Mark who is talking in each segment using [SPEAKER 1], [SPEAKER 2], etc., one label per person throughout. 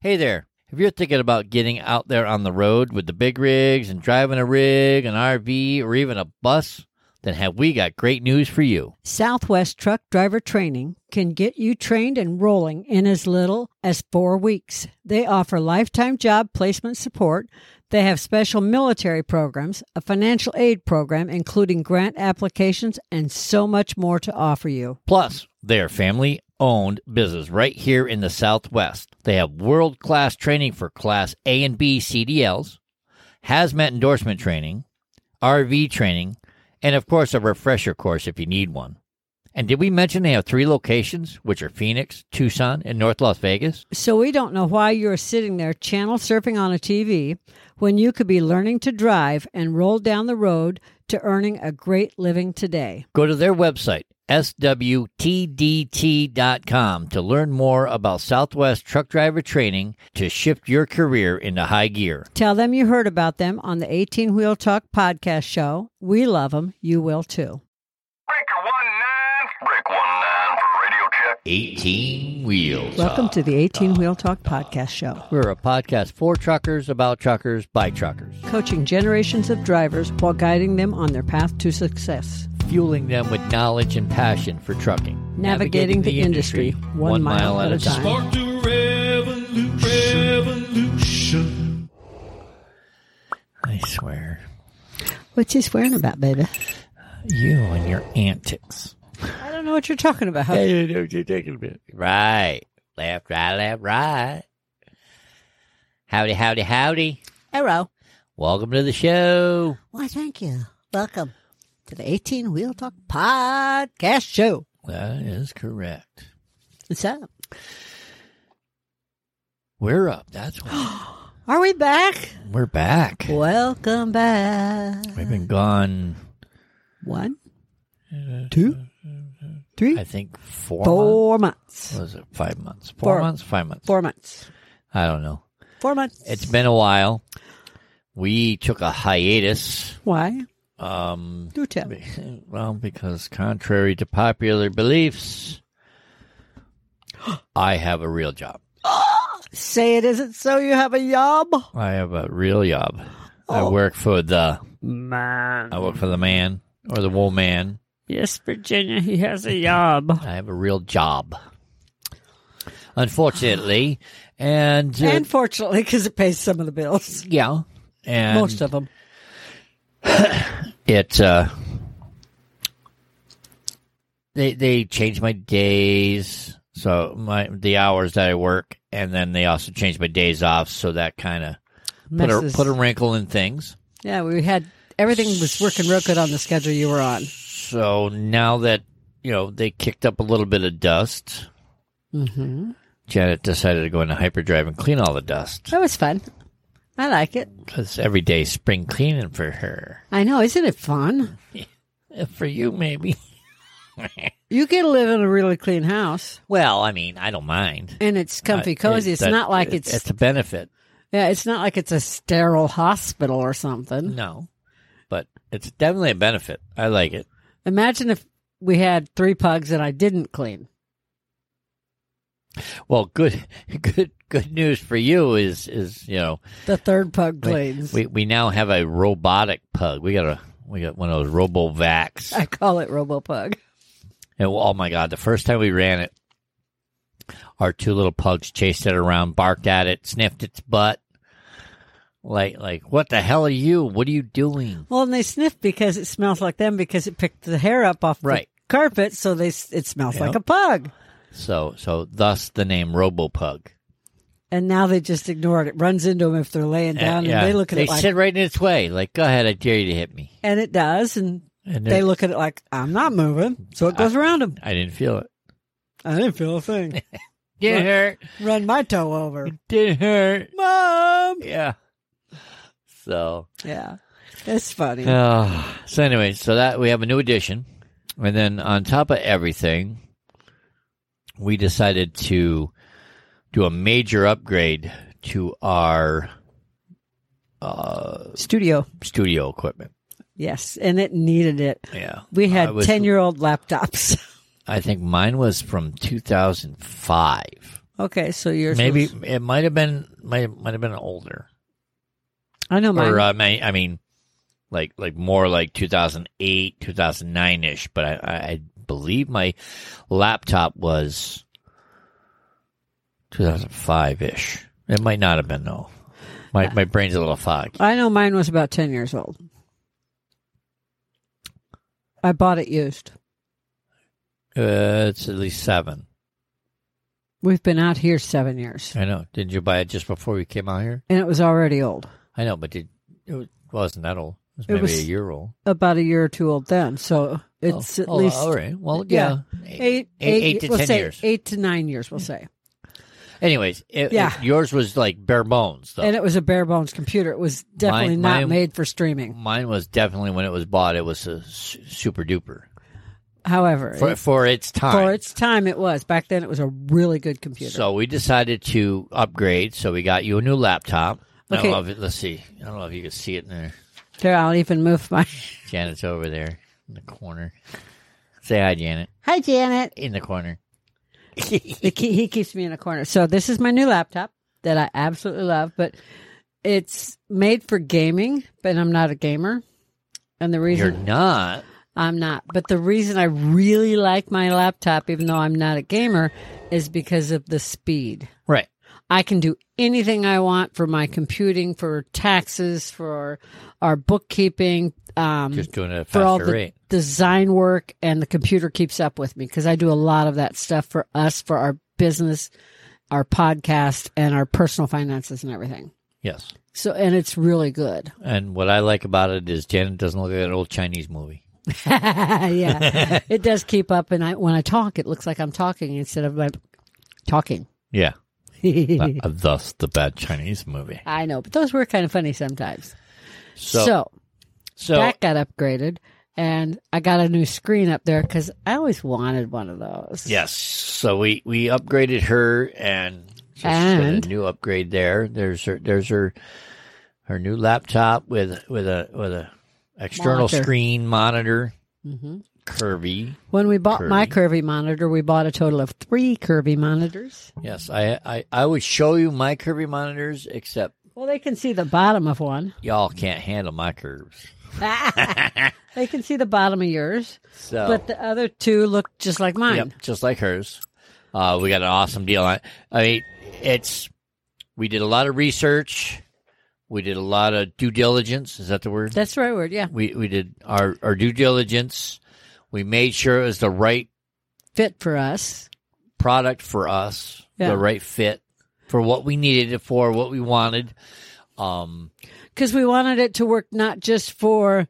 [SPEAKER 1] Hey there. If you're thinking about getting out there on the road with the big rigs and driving a rig, an RV, or even a bus, then have we got great news for you.
[SPEAKER 2] Southwest Truck Driver Training can get you trained and rolling in as little as four weeks. They offer lifetime job placement support. They have special military programs, a financial aid program, including grant applications, and so much more to offer you.
[SPEAKER 1] Plus, they're family owned business right here in the Southwest. They have world class training for Class A and B CDLs, hazmat endorsement training, RV training, and of course, a refresher course if you need one. And did we mention they have three locations, which are Phoenix, Tucson, and North Las Vegas?
[SPEAKER 2] So we don't know why you're sitting there channel surfing on a TV when you could be learning to drive and roll down the road to earning a great living today.
[SPEAKER 1] Go to their website, swtdt.com, to learn more about Southwest truck driver training to shift your career into high gear.
[SPEAKER 2] Tell them you heard about them on the 18 Wheel Talk podcast show. We love them. You will too.
[SPEAKER 3] Breaker 19. Break 19 for radio check.
[SPEAKER 1] 18 wheels.
[SPEAKER 2] Welcome to the 18 Wheel Talk podcast show.
[SPEAKER 1] We're a podcast for truckers, about truckers, by truckers,
[SPEAKER 2] Coaching generations of drivers while guiding them on their path to success.
[SPEAKER 1] fueling them with knowledge and passion for trucking.
[SPEAKER 2] Navigating the industry, one mile at a time.
[SPEAKER 4] Spark the revolution. revolution.
[SPEAKER 1] I swear,
[SPEAKER 2] What's he swearing about, baby?
[SPEAKER 1] you and your antics.
[SPEAKER 2] I don't know what you're talking about.
[SPEAKER 1] Right. Left, right, left, right. Howdy, howdy, howdy.
[SPEAKER 2] Arrow.
[SPEAKER 1] Welcome to the show.
[SPEAKER 2] Why, thank you. Welcome to the 18 Wheel Talk podcast show.
[SPEAKER 1] That is correct.
[SPEAKER 2] What's up?
[SPEAKER 1] We're up. That's why.
[SPEAKER 2] Are we back?
[SPEAKER 1] We're back.
[SPEAKER 2] Welcome back.
[SPEAKER 1] We've been gone,
[SPEAKER 2] One, two, three,
[SPEAKER 1] I think, four, months.
[SPEAKER 2] four months.
[SPEAKER 1] What was it? Five months. Four,
[SPEAKER 2] Four.
[SPEAKER 1] months? Five months.
[SPEAKER 2] Four months.
[SPEAKER 1] I don't know.
[SPEAKER 2] Four months.
[SPEAKER 1] It's been a while. We took a hiatus.
[SPEAKER 2] why?
[SPEAKER 1] Um,
[SPEAKER 2] Do tell. me.
[SPEAKER 1] well, because contrary to popular beliefs, I have a real job.
[SPEAKER 2] Say it isn't so. You have a yob.
[SPEAKER 1] I have a real job.
[SPEAKER 2] Oh.
[SPEAKER 1] I work for the
[SPEAKER 2] Man.
[SPEAKER 1] I work for the man or the woman.
[SPEAKER 2] Yes, Virginia. He has a yob.
[SPEAKER 1] I have a real job. Unfortunately, and, uh,
[SPEAKER 2] And fortunately, because it pays some of the bills,
[SPEAKER 1] yeah, and
[SPEAKER 2] most of them.
[SPEAKER 1] it uh, they they changed my days, so my the hours that I work, and then they also changed my days off, so that kind of put a put a wrinkle in things.
[SPEAKER 2] yeah, we had everything was working real good on the schedule you were on.
[SPEAKER 1] So now that you know they kicked up a little bit of dust,
[SPEAKER 2] Mm-hmm.
[SPEAKER 1] Janet decided to go into hyperdrive and clean all the dust
[SPEAKER 2] That was fun. I like it.
[SPEAKER 1] because every day spring cleaning for her,
[SPEAKER 2] I know. Isn't it fun?
[SPEAKER 1] for you maybe.
[SPEAKER 2] You get to live in a really clean house,
[SPEAKER 1] Well, I mean, I don't mind.
[SPEAKER 2] and it's comfy, cozy.
[SPEAKER 1] It-
[SPEAKER 2] it's
[SPEAKER 1] that-
[SPEAKER 2] not like
[SPEAKER 1] it-
[SPEAKER 2] it's
[SPEAKER 1] it's a benefit.
[SPEAKER 2] yeah, it's not like it's a sterile hospital or something.
[SPEAKER 1] No, but it's definitely a benefit. I like it.
[SPEAKER 2] Imagine if we had three pugs and I didn't clean.
[SPEAKER 1] Well, good, good, good news for you is is you know
[SPEAKER 2] The third pug cleans.
[SPEAKER 1] we we now have a robotic pug. We got a we got one of those RoboVacs.
[SPEAKER 2] I call it RoboPug.
[SPEAKER 1] And well, oh my God, the first time we ran it, our two little pugs chased it around, barked at it, sniffed its butt. Like, like, what the hell are you? What are you doing?
[SPEAKER 2] Well, and they sniff because it smells like them because it picked the hair up off
[SPEAKER 1] Right.
[SPEAKER 2] the carpet, so they s- it smells like a pug.
[SPEAKER 1] So, so thus the name RoboPug.
[SPEAKER 2] And now they just ignore it. It runs into them if they're laying down, and they look at
[SPEAKER 1] Eh, they
[SPEAKER 2] it like,
[SPEAKER 1] sit right in its way. Like, go ahead, I dare you to hit me.
[SPEAKER 2] and it does, and,
[SPEAKER 1] And
[SPEAKER 2] they
[SPEAKER 1] then-
[SPEAKER 2] look at it like, I'm not moving, so it goes around 'em. around them.
[SPEAKER 1] I didn't feel it.
[SPEAKER 2] I didn't feel a thing.
[SPEAKER 1] Didn't hurt.
[SPEAKER 2] Run my toe over,
[SPEAKER 1] Didn't hurt.
[SPEAKER 2] mom.
[SPEAKER 1] Yeah. So,
[SPEAKER 2] Yeah, it's funny.
[SPEAKER 1] Oh, so anyway, so that we have a new edition, and then on top of everything, we decided to do a major upgrade to our
[SPEAKER 2] Studio,
[SPEAKER 1] studio equipment.
[SPEAKER 2] yes, and it needed it.
[SPEAKER 1] Yeah,
[SPEAKER 2] We
[SPEAKER 1] I
[SPEAKER 2] had
[SPEAKER 1] was-
[SPEAKER 2] ten year old laptops.
[SPEAKER 1] I think mine was from 2005.
[SPEAKER 2] Okay, so yours
[SPEAKER 1] Maybe
[SPEAKER 2] was-
[SPEAKER 1] it might have been might might have been older,
[SPEAKER 2] I know mine.
[SPEAKER 1] or uh, may, I mean, like like more like 2008, 2009 ish. But I, I I believe my laptop was 2005 ish. It might not have been though. My my brain's a little foggy.
[SPEAKER 2] I know mine was about ten years old. I bought it used.
[SPEAKER 1] Uh, it's at least seven.
[SPEAKER 2] We've been out here seven years,
[SPEAKER 1] I know. Didn't you buy it just before we came out here?
[SPEAKER 2] and it was already old.
[SPEAKER 1] I know, but did it was- wasn't that old? It was
[SPEAKER 2] It
[SPEAKER 1] maybe
[SPEAKER 2] was-
[SPEAKER 1] a year old.
[SPEAKER 2] About a year or two old then, so it's
[SPEAKER 1] Oh,
[SPEAKER 2] at
[SPEAKER 1] oh,
[SPEAKER 2] least
[SPEAKER 1] all right. Well, yeah,
[SPEAKER 2] Yeah.
[SPEAKER 1] eight,
[SPEAKER 2] eight,
[SPEAKER 1] eight, eight to
[SPEAKER 2] we'll
[SPEAKER 1] ten
[SPEAKER 2] say
[SPEAKER 1] years. Hmm.
[SPEAKER 2] eight to nine years. We'll say,
[SPEAKER 1] Anyways, it,
[SPEAKER 2] Yeah.
[SPEAKER 1] it- yours was like bare bones, though.
[SPEAKER 2] and it was a bare bones computer. It was definitely
[SPEAKER 1] Mine-
[SPEAKER 2] not
[SPEAKER 1] mine-
[SPEAKER 2] made for streaming.
[SPEAKER 1] Mine was definitely when it was bought. It was a su- super duper
[SPEAKER 2] However,
[SPEAKER 1] for
[SPEAKER 2] it-
[SPEAKER 1] for its time.
[SPEAKER 2] for its time, it was back then. It was a really good computer.
[SPEAKER 1] so we decided to upgrade. So we got you a new laptop. I
[SPEAKER 2] Okay.
[SPEAKER 1] don't know if it, let's see. I don't know if you can see it in there.
[SPEAKER 2] There, I'll even move my.
[SPEAKER 1] Janet's over there in the corner. Say hi, Janet.
[SPEAKER 2] Hi, Janet.
[SPEAKER 1] In the corner.
[SPEAKER 2] The key, he keeps me in a corner. So this is my new laptop that I absolutely love, but it's made for gaming, but I'm not a gamer. And the
[SPEAKER 1] You're
[SPEAKER 2] reason
[SPEAKER 1] not.
[SPEAKER 2] I'm not, but the reason I really like my laptop, even though I'm not a gamer, is because of the speed.
[SPEAKER 1] Right.
[SPEAKER 2] I can do anything I want for my computing, for taxes, for our bookkeeping, um,
[SPEAKER 1] Just doing it at a
[SPEAKER 2] for all
[SPEAKER 1] faster
[SPEAKER 2] the
[SPEAKER 1] rate.
[SPEAKER 2] design work, and the computer keeps up with me because I do a lot of that stuff for us, for our business, our podcast, and our personal finances and everything.
[SPEAKER 1] Yes.
[SPEAKER 2] So, and it's really good.
[SPEAKER 1] And what I like about it is Janet doesn't look like an old Chinese movie.
[SPEAKER 2] yeah, it does keep up, and I when I talk, it looks like I'm talking instead of my talking.
[SPEAKER 1] Yeah. Uh, thus, the bad Chinese movie.
[SPEAKER 2] I know, but those were kind of funny sometimes.
[SPEAKER 1] So, so,
[SPEAKER 2] so that got upgraded, and I got a new screen up there because I always wanted one of those.
[SPEAKER 1] yes. So we we upgraded her, and she's got
[SPEAKER 2] And-
[SPEAKER 1] a new upgrade there. There's her there's her her new laptop with with a with a external
[SPEAKER 2] Monitor.
[SPEAKER 1] screen monitor,
[SPEAKER 2] hmm
[SPEAKER 1] curvy.
[SPEAKER 2] When we bought my
[SPEAKER 1] Curvy.
[SPEAKER 2] curvy monitor, we bought a total of three curvy monitors.
[SPEAKER 1] Yes, I I I would show you my curvy monitors, except
[SPEAKER 2] Well, they can see the bottom of one.
[SPEAKER 1] y'all can't handle my curves.
[SPEAKER 2] they can see the bottom of yours,
[SPEAKER 1] So
[SPEAKER 2] but the other two look just like mine.
[SPEAKER 1] Yep, just like hers. Uh, we got an awesome deal on. it. I mean, it's we did a lot of research. We did a lot of due diligence. Is that the word?
[SPEAKER 2] That's the right word. Yeah,
[SPEAKER 1] we we did our our due diligence. We made sure it was the right
[SPEAKER 2] fit for us.
[SPEAKER 1] product for us,
[SPEAKER 2] Yeah.
[SPEAKER 1] the right fit for what we needed it for, what we wanted. Um,
[SPEAKER 2] because we wanted it to work not just for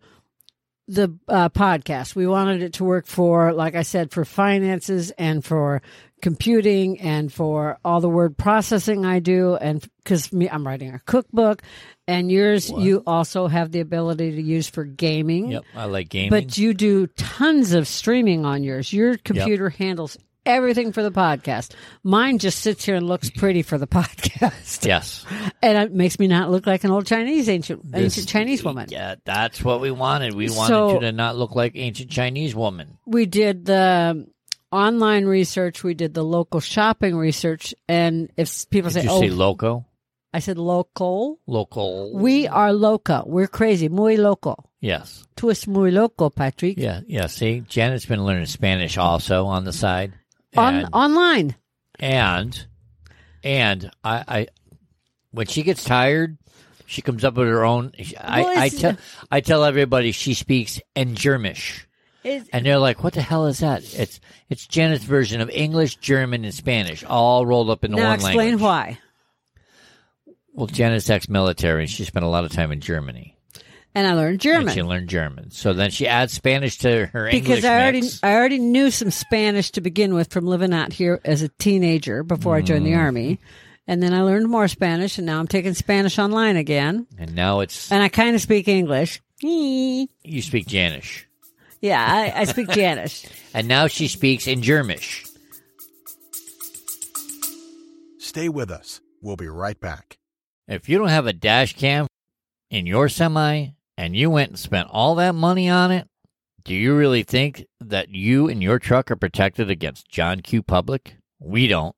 [SPEAKER 2] the uh, podcast. We wanted it to work for, like I said, for finances and for computing and for all the word processing I do. And because me, I'm writing a cookbook, and yours, you also have the ability to use for gaming.
[SPEAKER 1] yep, I like gaming.
[SPEAKER 2] But you do tons of streaming on yours. Your computer handles everything for the podcast. Mine just sits here and looks pretty for the podcast
[SPEAKER 1] yes,
[SPEAKER 2] and it makes me not look like an old Chinese ancient
[SPEAKER 1] This-
[SPEAKER 2] ancient Chinese woman.
[SPEAKER 1] Yeah, that's what we wanted. We wanted
[SPEAKER 2] So-
[SPEAKER 1] you to not look like ancient Chinese woman.
[SPEAKER 2] We did the online research, we did the local shopping research, and if s- people
[SPEAKER 1] Did
[SPEAKER 2] say,
[SPEAKER 1] you
[SPEAKER 2] "Oh,"
[SPEAKER 1] say loco?
[SPEAKER 2] I said local.
[SPEAKER 1] Local.
[SPEAKER 2] We are loco. We're crazy. Muy loco.
[SPEAKER 1] yes.
[SPEAKER 2] Tú es muy loco, Patrick.
[SPEAKER 1] Yeah, yeah. See, Janet's been learning Spanish also on the side,
[SPEAKER 2] On
[SPEAKER 1] and
[SPEAKER 2] online.
[SPEAKER 1] and, and I, I, when she gets tired, she comes up with her own. I,
[SPEAKER 2] Well,
[SPEAKER 1] I
[SPEAKER 2] it's-
[SPEAKER 1] tell, I tell everybody she speaks in Germish,
[SPEAKER 2] It's,
[SPEAKER 1] and they're like, "What the hell is that?" It's it's Janet's version of English, German, and Spanish, all rolled up into
[SPEAKER 2] now
[SPEAKER 1] one
[SPEAKER 2] explain
[SPEAKER 1] language.
[SPEAKER 2] why.
[SPEAKER 1] Well, Janet's ex-military, and she spent a lot of time in Germany,
[SPEAKER 2] And I learned
[SPEAKER 1] and she
[SPEAKER 2] German.
[SPEAKER 1] learned German. So then she adds Spanish to her English
[SPEAKER 2] Because I already
[SPEAKER 1] mix.
[SPEAKER 2] I already knew some Spanish to begin with from living out here as a teenager before I joined
[SPEAKER 1] Mm.
[SPEAKER 2] the army. And then I learned more Spanish and now I'm taking Spanish online again.
[SPEAKER 1] and now it's
[SPEAKER 2] and I kind of speak English. Yeah,
[SPEAKER 1] you speak Janish.
[SPEAKER 2] I, I speak Janish.
[SPEAKER 1] and now she speaks in Germish.
[SPEAKER 4] Stay with us. We'll be right back.
[SPEAKER 1] If you don't have a dash cam in your semi and you went and spent all that money on it, do you really think that you and your truck are protected against John Q. Public? We don't.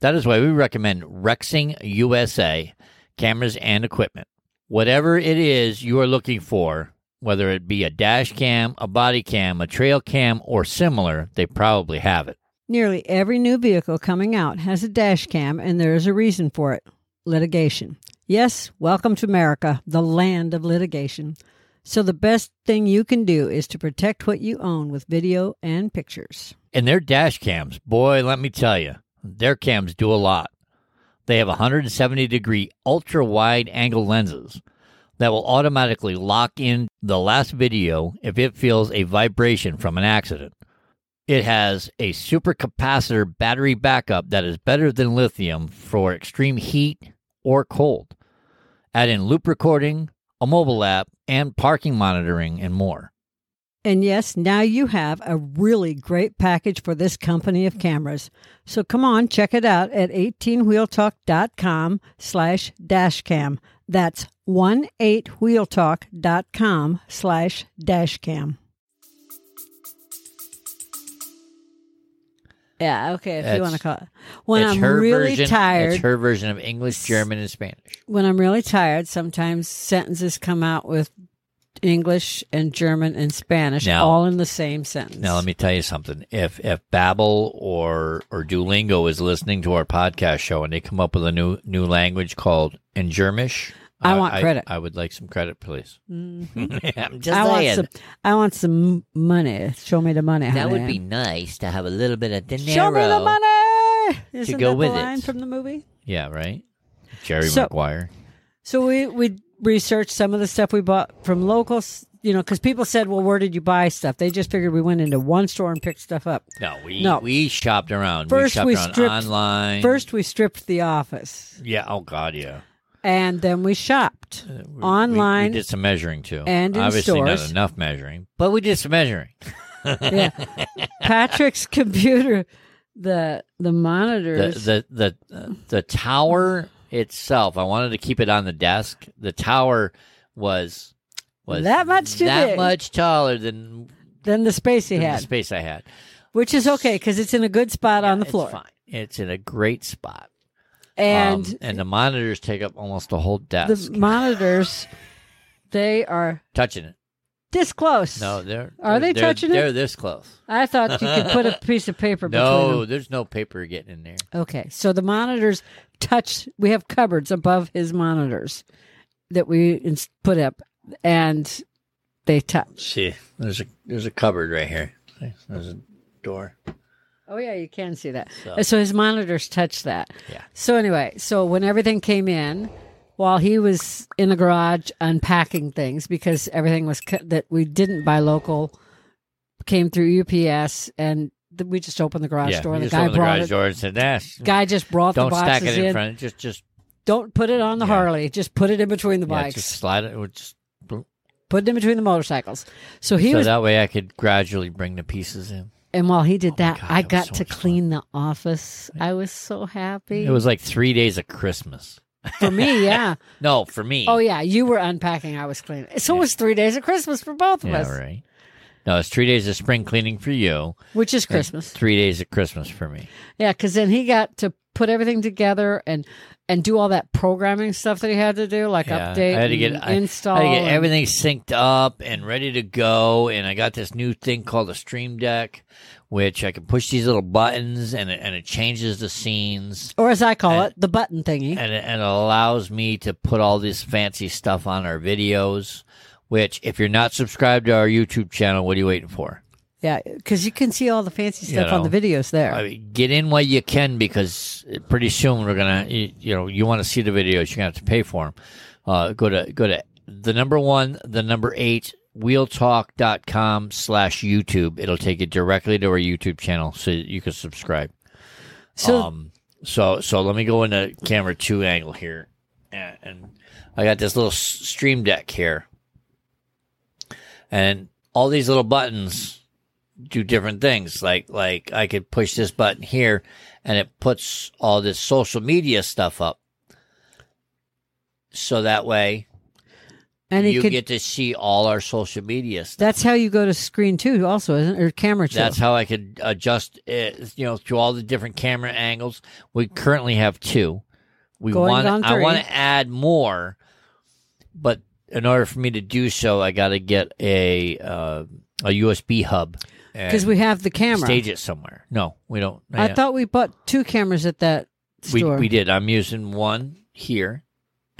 [SPEAKER 1] That is why we recommend Rexing USA cameras and equipment. Whatever it is you are looking for, whether it be a dash cam, a body cam, a trail cam, or similar, they probably have it.
[SPEAKER 2] Nearly every new vehicle coming out has a dash cam, and there is a reason for it litigation. Yes, welcome to America, the land of litigation. So, the best thing you can do is to protect what you own with video and pictures.
[SPEAKER 1] And their dash cams, boy, let me tell you, their cams do a lot. They have 170 degree ultra wide angle lenses that will automatically lock in the last video if it feels a vibration from an accident. It has a supercapacitor battery backup that is better than lithium for extreme heat or cold. Add in loop recording, a mobile app, and parking monitoring, and more.
[SPEAKER 2] And yes, now you have a really great package for this company of cameras. So come on, check it out at 18wheeltalk.com slash dashcam. That's 18wheeltalk.com slash dashcam. Yeah, okay, if
[SPEAKER 1] That's-
[SPEAKER 2] you want to call it. When
[SPEAKER 1] It's
[SPEAKER 2] I'm
[SPEAKER 1] her
[SPEAKER 2] really
[SPEAKER 1] version,
[SPEAKER 2] tired,
[SPEAKER 1] It's her version of English, German, and Spanish.
[SPEAKER 2] when I'm really tired, sometimes sentences come out with English and German and Spanish
[SPEAKER 1] Now-
[SPEAKER 2] all in the same sentence.
[SPEAKER 1] Now, let me tell you something. If if Babbel or or Duolingo is listening to our podcast show and they come up with a new new language called Engermish,
[SPEAKER 2] I want credit. Mm-hmm.
[SPEAKER 1] I, would like some credit, please. I'm just
[SPEAKER 2] I want
[SPEAKER 1] saying.
[SPEAKER 2] some. I want some money. Show me the money.
[SPEAKER 1] that would be
[SPEAKER 2] honey.
[SPEAKER 1] nice to have a little bit of dinero.
[SPEAKER 2] Show me the money. Isn't
[SPEAKER 1] go
[SPEAKER 2] that
[SPEAKER 1] with
[SPEAKER 2] the line
[SPEAKER 1] it.
[SPEAKER 2] from the movie?
[SPEAKER 1] Yeah, right. Jerry
[SPEAKER 2] So-
[SPEAKER 1] Maguire.
[SPEAKER 2] So we we researched some of the stuff we bought from locals. You know, because people said, "Well, where did you buy stuff?" They just figured we went into one store and picked stuff up.
[SPEAKER 1] No, we
[SPEAKER 2] No.
[SPEAKER 1] we shopped around.
[SPEAKER 2] First
[SPEAKER 1] we shopped
[SPEAKER 2] we
[SPEAKER 1] around
[SPEAKER 2] stripped-
[SPEAKER 1] online.
[SPEAKER 2] First, we stripped the office,
[SPEAKER 1] yeah. Oh God, yeah.
[SPEAKER 2] and then we shopped
[SPEAKER 1] Uh, We-
[SPEAKER 2] online.
[SPEAKER 1] we, did some measuring too,
[SPEAKER 2] and in
[SPEAKER 1] obviously not
[SPEAKER 2] stores.
[SPEAKER 1] enough measuring, but we did some measuring.
[SPEAKER 2] yeah, Patrick's computer, the the monitors.
[SPEAKER 1] the the the, uh, the tower itself. I wanted to keep it on the desk. The tower was was
[SPEAKER 2] That much too
[SPEAKER 1] that
[SPEAKER 2] big.
[SPEAKER 1] much taller than,
[SPEAKER 2] than the space he
[SPEAKER 1] than the
[SPEAKER 2] had,
[SPEAKER 1] space I had
[SPEAKER 2] which is okay because it's in a good spot on the
[SPEAKER 1] It's
[SPEAKER 2] floor.
[SPEAKER 1] fine. It's in a great spot,
[SPEAKER 2] And
[SPEAKER 1] Um, and the monitors take up almost the whole desk.
[SPEAKER 2] the monitors, they are
[SPEAKER 1] touching it?
[SPEAKER 2] this close.
[SPEAKER 1] No, they're
[SPEAKER 2] Are they
[SPEAKER 1] they're-
[SPEAKER 2] touching it?
[SPEAKER 1] They're this close.
[SPEAKER 2] I thought you could put a piece of paper
[SPEAKER 1] No,
[SPEAKER 2] between
[SPEAKER 1] there's no paper getting in there.
[SPEAKER 2] them. Okay, so the monitors touch. We have cupboards above his monitors that we ins- put up, and they touch.
[SPEAKER 1] See, there's a there's a cupboard right here. There's a door.
[SPEAKER 2] Oh yeah, you can see that.
[SPEAKER 1] So-
[SPEAKER 2] So, his monitors touch that.
[SPEAKER 1] Yeah.
[SPEAKER 2] So anyway, so when everything came in, while he was in the garage unpacking things because everything was cu- that we didn't buy local came through UPS and th- we just opened the garage
[SPEAKER 1] yeah,
[SPEAKER 2] door.
[SPEAKER 1] we
[SPEAKER 2] The
[SPEAKER 1] just
[SPEAKER 2] guy
[SPEAKER 1] opened the
[SPEAKER 2] brought
[SPEAKER 1] garage
[SPEAKER 2] it.
[SPEAKER 1] door and said, "Ash,
[SPEAKER 2] Guy just brought
[SPEAKER 1] don't
[SPEAKER 2] the boxes
[SPEAKER 1] stack it in,
[SPEAKER 2] in.
[SPEAKER 1] front. Just just
[SPEAKER 2] Don't put it on the
[SPEAKER 1] Yeah.
[SPEAKER 2] Harley. Just put it in between the
[SPEAKER 1] Yeah,
[SPEAKER 2] bikes.
[SPEAKER 1] just slide it. or Just, boom.
[SPEAKER 2] Put it in between the motorcycles. So he
[SPEAKER 1] so
[SPEAKER 2] was,
[SPEAKER 1] that way I could gradually bring the pieces in.
[SPEAKER 2] and while he
[SPEAKER 1] Oh
[SPEAKER 2] did
[SPEAKER 1] my
[SPEAKER 2] that,
[SPEAKER 1] God,
[SPEAKER 2] I
[SPEAKER 1] that was
[SPEAKER 2] got
[SPEAKER 1] so
[SPEAKER 2] to
[SPEAKER 1] much fun.
[SPEAKER 2] clean the office. I was so happy.
[SPEAKER 1] It was like three days of Christmas.
[SPEAKER 2] for me, yeah.
[SPEAKER 1] No, for me.
[SPEAKER 2] Oh yeah, you were unpacking. I was cleaning. So it was three days of Christmas for both of
[SPEAKER 1] Yeah,
[SPEAKER 2] us,
[SPEAKER 1] right. No, it's three days of spring cleaning for you.
[SPEAKER 2] which is Christmas.
[SPEAKER 1] Three days of Christmas for me.
[SPEAKER 2] Yeah, because then he got to put everything together and and do all that programming stuff that he had to do, like
[SPEAKER 1] Yeah,
[SPEAKER 2] update,
[SPEAKER 1] I had to get
[SPEAKER 2] and
[SPEAKER 1] I-
[SPEAKER 2] install,
[SPEAKER 1] I had to get
[SPEAKER 2] and-
[SPEAKER 1] everything synced up and ready to go. And I got this new thing called a Stream Deck, which I can push these little buttons and it, and it changes the scenes.
[SPEAKER 2] or as I call
[SPEAKER 1] and-
[SPEAKER 2] it, the button thingy.
[SPEAKER 1] and it, and it allows me to put all this fancy stuff on our videos. Which, if you're not subscribed to our YouTube channel, what are you waiting for?
[SPEAKER 2] Yeah, because you can see all the fancy
[SPEAKER 1] You
[SPEAKER 2] stuff
[SPEAKER 1] know.
[SPEAKER 2] on the videos there.
[SPEAKER 1] I mean, get in while you can because pretty soon we're gonna, you, you know, you want to see the videos, you're gonna have to pay for them. Uh, go to go to the number one, the number eight wheeltalk.com slash YouTube. It'll take you directly to our YouTube channel so that you can subscribe.
[SPEAKER 2] so
[SPEAKER 1] Um, so so let me go into camera two angle here, and, and I got this little s- stream deck here, and all these little buttons do different things. Like like I could push this button here, and it puts all this social media stuff up. So that way,
[SPEAKER 2] And it
[SPEAKER 1] you
[SPEAKER 2] could,
[SPEAKER 1] get to see all our social media stuff.
[SPEAKER 2] that's how you go to screen two, also, isn't it? Or camera two.
[SPEAKER 1] That's how I could adjust it, you know, to all the different camera angles. We currently have two. We
[SPEAKER 2] Going
[SPEAKER 1] want
[SPEAKER 2] on
[SPEAKER 1] I
[SPEAKER 2] three.
[SPEAKER 1] want to add more, but in order for me to do so, I got to get a uh, a USB hub and
[SPEAKER 2] because we have the camera.
[SPEAKER 1] stage it somewhere. No, we don't.
[SPEAKER 2] I
[SPEAKER 1] yeah.
[SPEAKER 2] thought we bought two cameras at that
[SPEAKER 1] we
[SPEAKER 2] store.
[SPEAKER 1] we did. I'm using one here.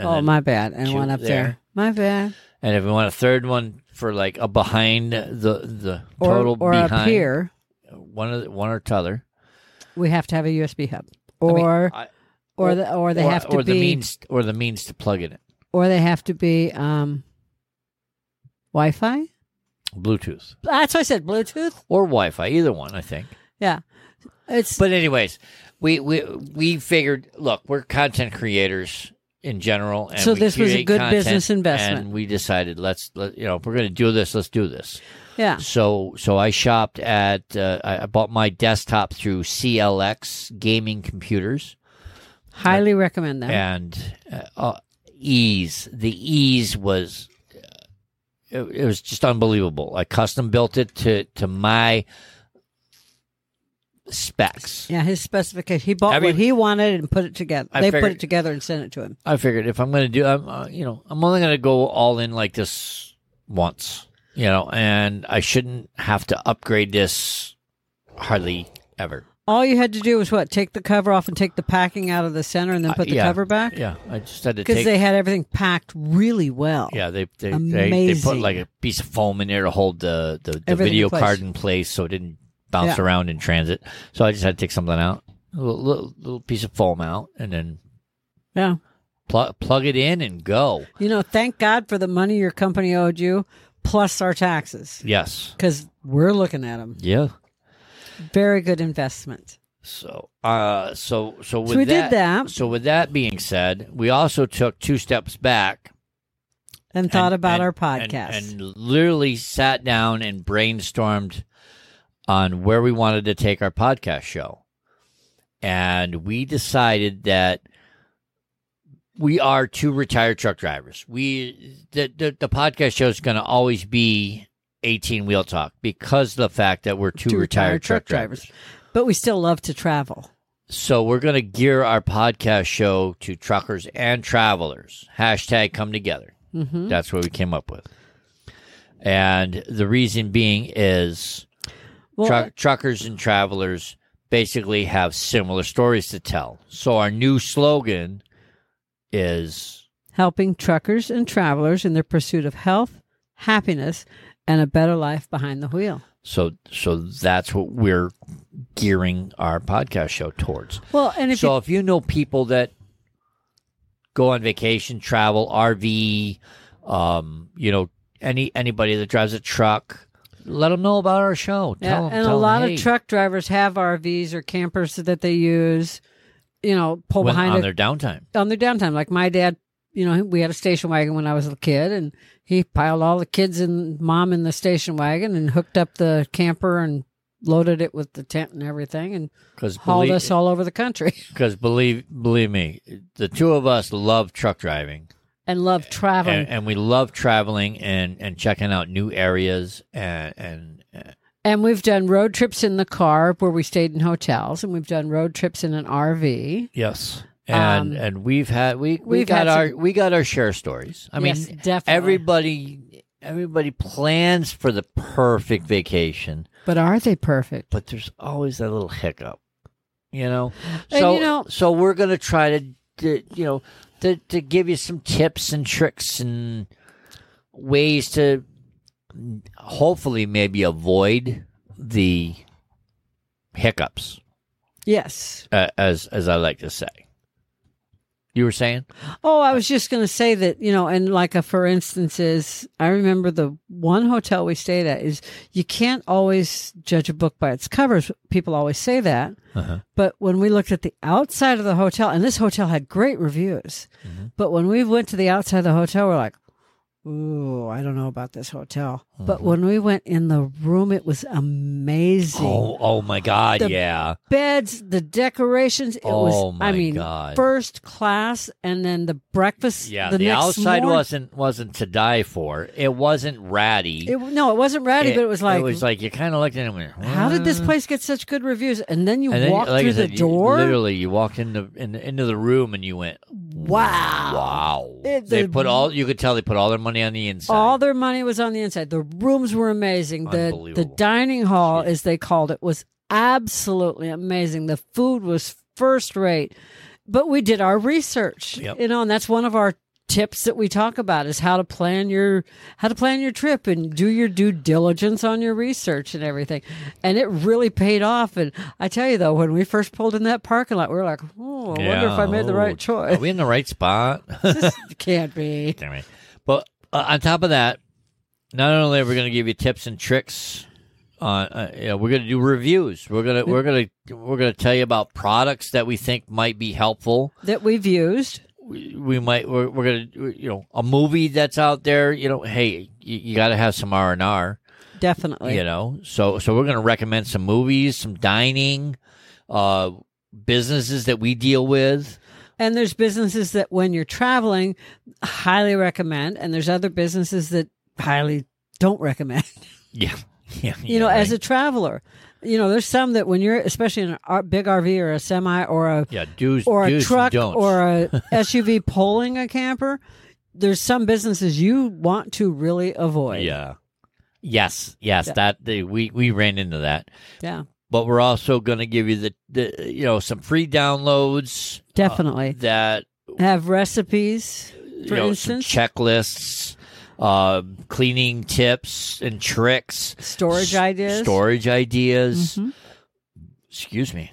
[SPEAKER 1] And
[SPEAKER 2] oh,
[SPEAKER 1] then-
[SPEAKER 2] my bad. And
[SPEAKER 1] two
[SPEAKER 2] one up there.
[SPEAKER 1] there.
[SPEAKER 2] My bad.
[SPEAKER 1] And if we want a third one for like a behind the the
[SPEAKER 2] Or,
[SPEAKER 1] total
[SPEAKER 2] or
[SPEAKER 1] behind
[SPEAKER 2] up here,
[SPEAKER 1] one of the, one or t'other.
[SPEAKER 2] we have to have a USB hub.
[SPEAKER 1] I mean,
[SPEAKER 2] Or
[SPEAKER 1] I-
[SPEAKER 2] or the, or they have to
[SPEAKER 1] or
[SPEAKER 2] be
[SPEAKER 1] the means or the means to plug it in
[SPEAKER 2] or they have to be um, Wi-Fi.
[SPEAKER 1] Bluetooth
[SPEAKER 2] That's what I said. Bluetooth.
[SPEAKER 1] or Wi-Fi, either one, I think.
[SPEAKER 2] Yeah, it's
[SPEAKER 1] But anyways, we we we figured. Look, we're content creators in general, and
[SPEAKER 2] So
[SPEAKER 1] we
[SPEAKER 2] this was a
[SPEAKER 1] create
[SPEAKER 2] good
[SPEAKER 1] content,
[SPEAKER 2] business investment.
[SPEAKER 1] And we decided let's let you know if we're going to do this, let's do this.
[SPEAKER 2] yeah.
[SPEAKER 1] So so I shopped at uh, I I bought my desktop through CLX Gaming Computers.
[SPEAKER 2] Highly recommend them.
[SPEAKER 1] and uh, uh, ease. The ease was uh, it, it was just unbelievable. I custom built it to to my specs.
[SPEAKER 2] Yeah, his specification. He bought
[SPEAKER 1] Every-
[SPEAKER 2] what he wanted and put it together.
[SPEAKER 1] I
[SPEAKER 2] they put
[SPEAKER 1] figured-
[SPEAKER 2] it together and sent it to him.
[SPEAKER 1] I figured if I'm going to do, I'm uh, you know I'm only going to go all in like this once, you know, and I shouldn't have to upgrade this hardly ever.
[SPEAKER 2] All you had to do was what? Take the cover off and take the packing out of the center and then
[SPEAKER 1] Uh,
[SPEAKER 2] put the
[SPEAKER 1] yeah.
[SPEAKER 2] cover back?
[SPEAKER 1] Yeah, I just had to
[SPEAKER 2] Because
[SPEAKER 1] take.
[SPEAKER 2] they had everything packed really well.
[SPEAKER 1] yeah, they they, they they put
[SPEAKER 2] Amazing.
[SPEAKER 1] like a piece of foam in there to hold the the, the
[SPEAKER 2] Everything in
[SPEAKER 1] video
[SPEAKER 2] place.
[SPEAKER 1] card in place so it didn't bounce
[SPEAKER 2] Yeah.
[SPEAKER 1] around in transit. So I just had to take something out, a little, little, little piece of foam out, and then
[SPEAKER 2] Yeah.
[SPEAKER 1] pl- plug it in and go.
[SPEAKER 2] You know, thank God for the money your company owed you, plus our taxes,
[SPEAKER 1] Yes.
[SPEAKER 2] because we're looking at them.
[SPEAKER 1] Yeah.
[SPEAKER 2] Very good investment.
[SPEAKER 1] So, uh, so, so with
[SPEAKER 2] we
[SPEAKER 1] that,
[SPEAKER 2] did that.
[SPEAKER 1] So with that being said, we also took two steps back
[SPEAKER 2] And thought
[SPEAKER 1] and-
[SPEAKER 2] about
[SPEAKER 1] and-
[SPEAKER 2] our
[SPEAKER 1] and-
[SPEAKER 2] podcast.
[SPEAKER 1] and, literally sat down and brainstormed on where we wanted to take our podcast show. And we decided that we are two retired truck drivers. We the the, the podcast show is going to always be 18 wheel talk because of the fact that we're two,
[SPEAKER 2] Two
[SPEAKER 1] retired,
[SPEAKER 2] retired
[SPEAKER 1] truck,
[SPEAKER 2] truck
[SPEAKER 1] drivers.
[SPEAKER 2] but we still love to travel.
[SPEAKER 1] So we're going to gear our podcast show to truckers and travelers. Hashtag come together.
[SPEAKER 2] hmm
[SPEAKER 1] That's what we came up with. And the reason being is
[SPEAKER 2] Well,
[SPEAKER 1] truck truckers and travelers basically have similar stories to tell. So our new slogan is
[SPEAKER 2] helping truckers and travelers in their pursuit of health, happiness, and a better life behind the wheel.
[SPEAKER 1] so so that's what we're gearing our podcast show towards.
[SPEAKER 2] Well, and if
[SPEAKER 1] so if you know people that go on vacation, travel, RV, um, you know, any anybody that drives a truck, let them know about our show.
[SPEAKER 2] you,
[SPEAKER 1] Tell 'em-
[SPEAKER 2] and
[SPEAKER 1] tell
[SPEAKER 2] a
[SPEAKER 1] 'em,
[SPEAKER 2] lot
[SPEAKER 1] "Hey,
[SPEAKER 2] of truck drivers have RVs or campers that they use, you know, pull
[SPEAKER 1] when-
[SPEAKER 2] behind
[SPEAKER 1] on
[SPEAKER 2] a
[SPEAKER 1] their downtime.
[SPEAKER 2] on their downtime. Like my dad, you know, we had a station wagon when I was a kid, and he piled all the kids and mom in the station wagon and hooked up the camper and loaded it with the tent and everything and
[SPEAKER 1] Because
[SPEAKER 2] hauled us
[SPEAKER 1] believe,
[SPEAKER 2] all over the country
[SPEAKER 1] 'cause believe believe me, the two of us love truck driving,
[SPEAKER 2] and loved traveling.
[SPEAKER 1] and, and we love traveling and, and checking out new areas and and uh,
[SPEAKER 2] And we've done road trips in the car where we stayed in hotels, and we've done road trips in an RV.
[SPEAKER 1] yes, and
[SPEAKER 2] Um,
[SPEAKER 1] and we've had we we
[SPEAKER 2] we've
[SPEAKER 1] got
[SPEAKER 2] had
[SPEAKER 1] our we got our share of stories. I
[SPEAKER 2] Yes,
[SPEAKER 1] mean,
[SPEAKER 2] definitely.
[SPEAKER 1] everybody everybody plans for the perfect vacation,
[SPEAKER 2] but are they perfect?
[SPEAKER 1] but there's always that little hiccup, you know.
[SPEAKER 2] And,
[SPEAKER 1] So
[SPEAKER 2] you know-
[SPEAKER 1] so we're gonna try to, to you know to to give you some tips and tricks and ways to hopefully maybe avoid the hiccups,
[SPEAKER 2] Yes.
[SPEAKER 1] uh, as as I like to say. You were saying
[SPEAKER 2] Oh, I was just going to say that, you know, and like a for instance is I remember the one hotel we stayed at is you can't always judge a book by its covers. People always say that.
[SPEAKER 1] Uh-huh.
[SPEAKER 2] But when we looked at the outside of the hotel, and this hotel had great reviews, but when we went to the outside of the hotel, we're like, ooh, I don't know about this hotel. But when we went in the room, it was amazing.
[SPEAKER 1] Oh, oh my God!
[SPEAKER 2] The-
[SPEAKER 1] yeah,
[SPEAKER 2] Beds, the decorations, it
[SPEAKER 1] Oh,
[SPEAKER 2] was,
[SPEAKER 1] my
[SPEAKER 2] I mean,
[SPEAKER 1] God.
[SPEAKER 2] first class, and then the breakfast.
[SPEAKER 1] yeah.
[SPEAKER 2] the,
[SPEAKER 1] The,
[SPEAKER 2] next
[SPEAKER 1] outside
[SPEAKER 2] morning.
[SPEAKER 1] wasn't wasn't to die for. It wasn't ratty.
[SPEAKER 2] It, no, it wasn't ratty, but it was like,
[SPEAKER 1] it was like you kind of looked at it and went,
[SPEAKER 2] how did this
[SPEAKER 1] "Huh?"
[SPEAKER 2] place get such good reviews? And then you
[SPEAKER 1] And then,
[SPEAKER 2] walked
[SPEAKER 1] like I
[SPEAKER 2] through
[SPEAKER 1] said,
[SPEAKER 2] the
[SPEAKER 1] you-
[SPEAKER 2] door.
[SPEAKER 1] literally, you walked into in, into the room and you went,
[SPEAKER 2] wow.
[SPEAKER 1] "Wow!"
[SPEAKER 2] It-
[SPEAKER 1] they
[SPEAKER 2] the-
[SPEAKER 1] put all you could tell they put all their money on the inside.
[SPEAKER 2] All their money was on the inside. The rooms were amazing. The the
[SPEAKER 1] Unbelievable.
[SPEAKER 2] dining hall,
[SPEAKER 1] Yeah.
[SPEAKER 2] as they called it, was absolutely amazing. The food was first rate. But we did our research,
[SPEAKER 1] Yep.
[SPEAKER 2] you know, and that's one of our tips that we talk about is how to plan your how to plan your trip and do your due diligence on your research and everything. And it really paid off. And I tell you though, when we first pulled in that parking lot, we were like, "Oh, I wonder if I made the
[SPEAKER 1] Yeah.
[SPEAKER 2] right
[SPEAKER 1] Oh, Are
[SPEAKER 2] choice."
[SPEAKER 1] we in the right spot?
[SPEAKER 2] Can't be.
[SPEAKER 1] Damn it. But uh, on top of that, not only are we going to give you tips and tricks on, uh, you know, we're going to do reviews. We're gonna we're gonna we're gonna tell you about products that we think might be helpful.
[SPEAKER 2] That we've used.
[SPEAKER 1] We, we might we're, we're gonna you know a movie that's out there. You know, hey, you, you got to have some R and R.
[SPEAKER 2] Definitely.
[SPEAKER 1] You know, so so we're gonna recommend some movies, some dining, uh, businesses that we deal with.
[SPEAKER 2] And there's businesses that when you're traveling, highly recommend, and there's other businesses that highly don't recommend.
[SPEAKER 1] Yeah, yeah.
[SPEAKER 2] You know, as a traveler, you know, there's some that when you're, especially in a R- big RV or a semi or a
[SPEAKER 1] yeah, do's
[SPEAKER 2] or a
[SPEAKER 1] do's and
[SPEAKER 2] truck
[SPEAKER 1] don'ts.
[SPEAKER 2] or a SUV pulling a camper, there's some businesses you want to really avoid.
[SPEAKER 1] Yeah. Yes, yes,
[SPEAKER 2] Yeah.
[SPEAKER 1] that they, we we ran into that,
[SPEAKER 2] Yeah,
[SPEAKER 1] but we're also going to give you the, the you know some free downloads
[SPEAKER 2] definitely
[SPEAKER 1] that
[SPEAKER 2] have recipes.
[SPEAKER 1] you
[SPEAKER 2] For
[SPEAKER 1] know
[SPEAKER 2] instance,
[SPEAKER 1] some checklists, uh, cleaning tips and tricks,
[SPEAKER 2] storage
[SPEAKER 1] s-
[SPEAKER 2] ideas.
[SPEAKER 1] storage ideas.
[SPEAKER 2] Mhm.
[SPEAKER 1] Excuse me.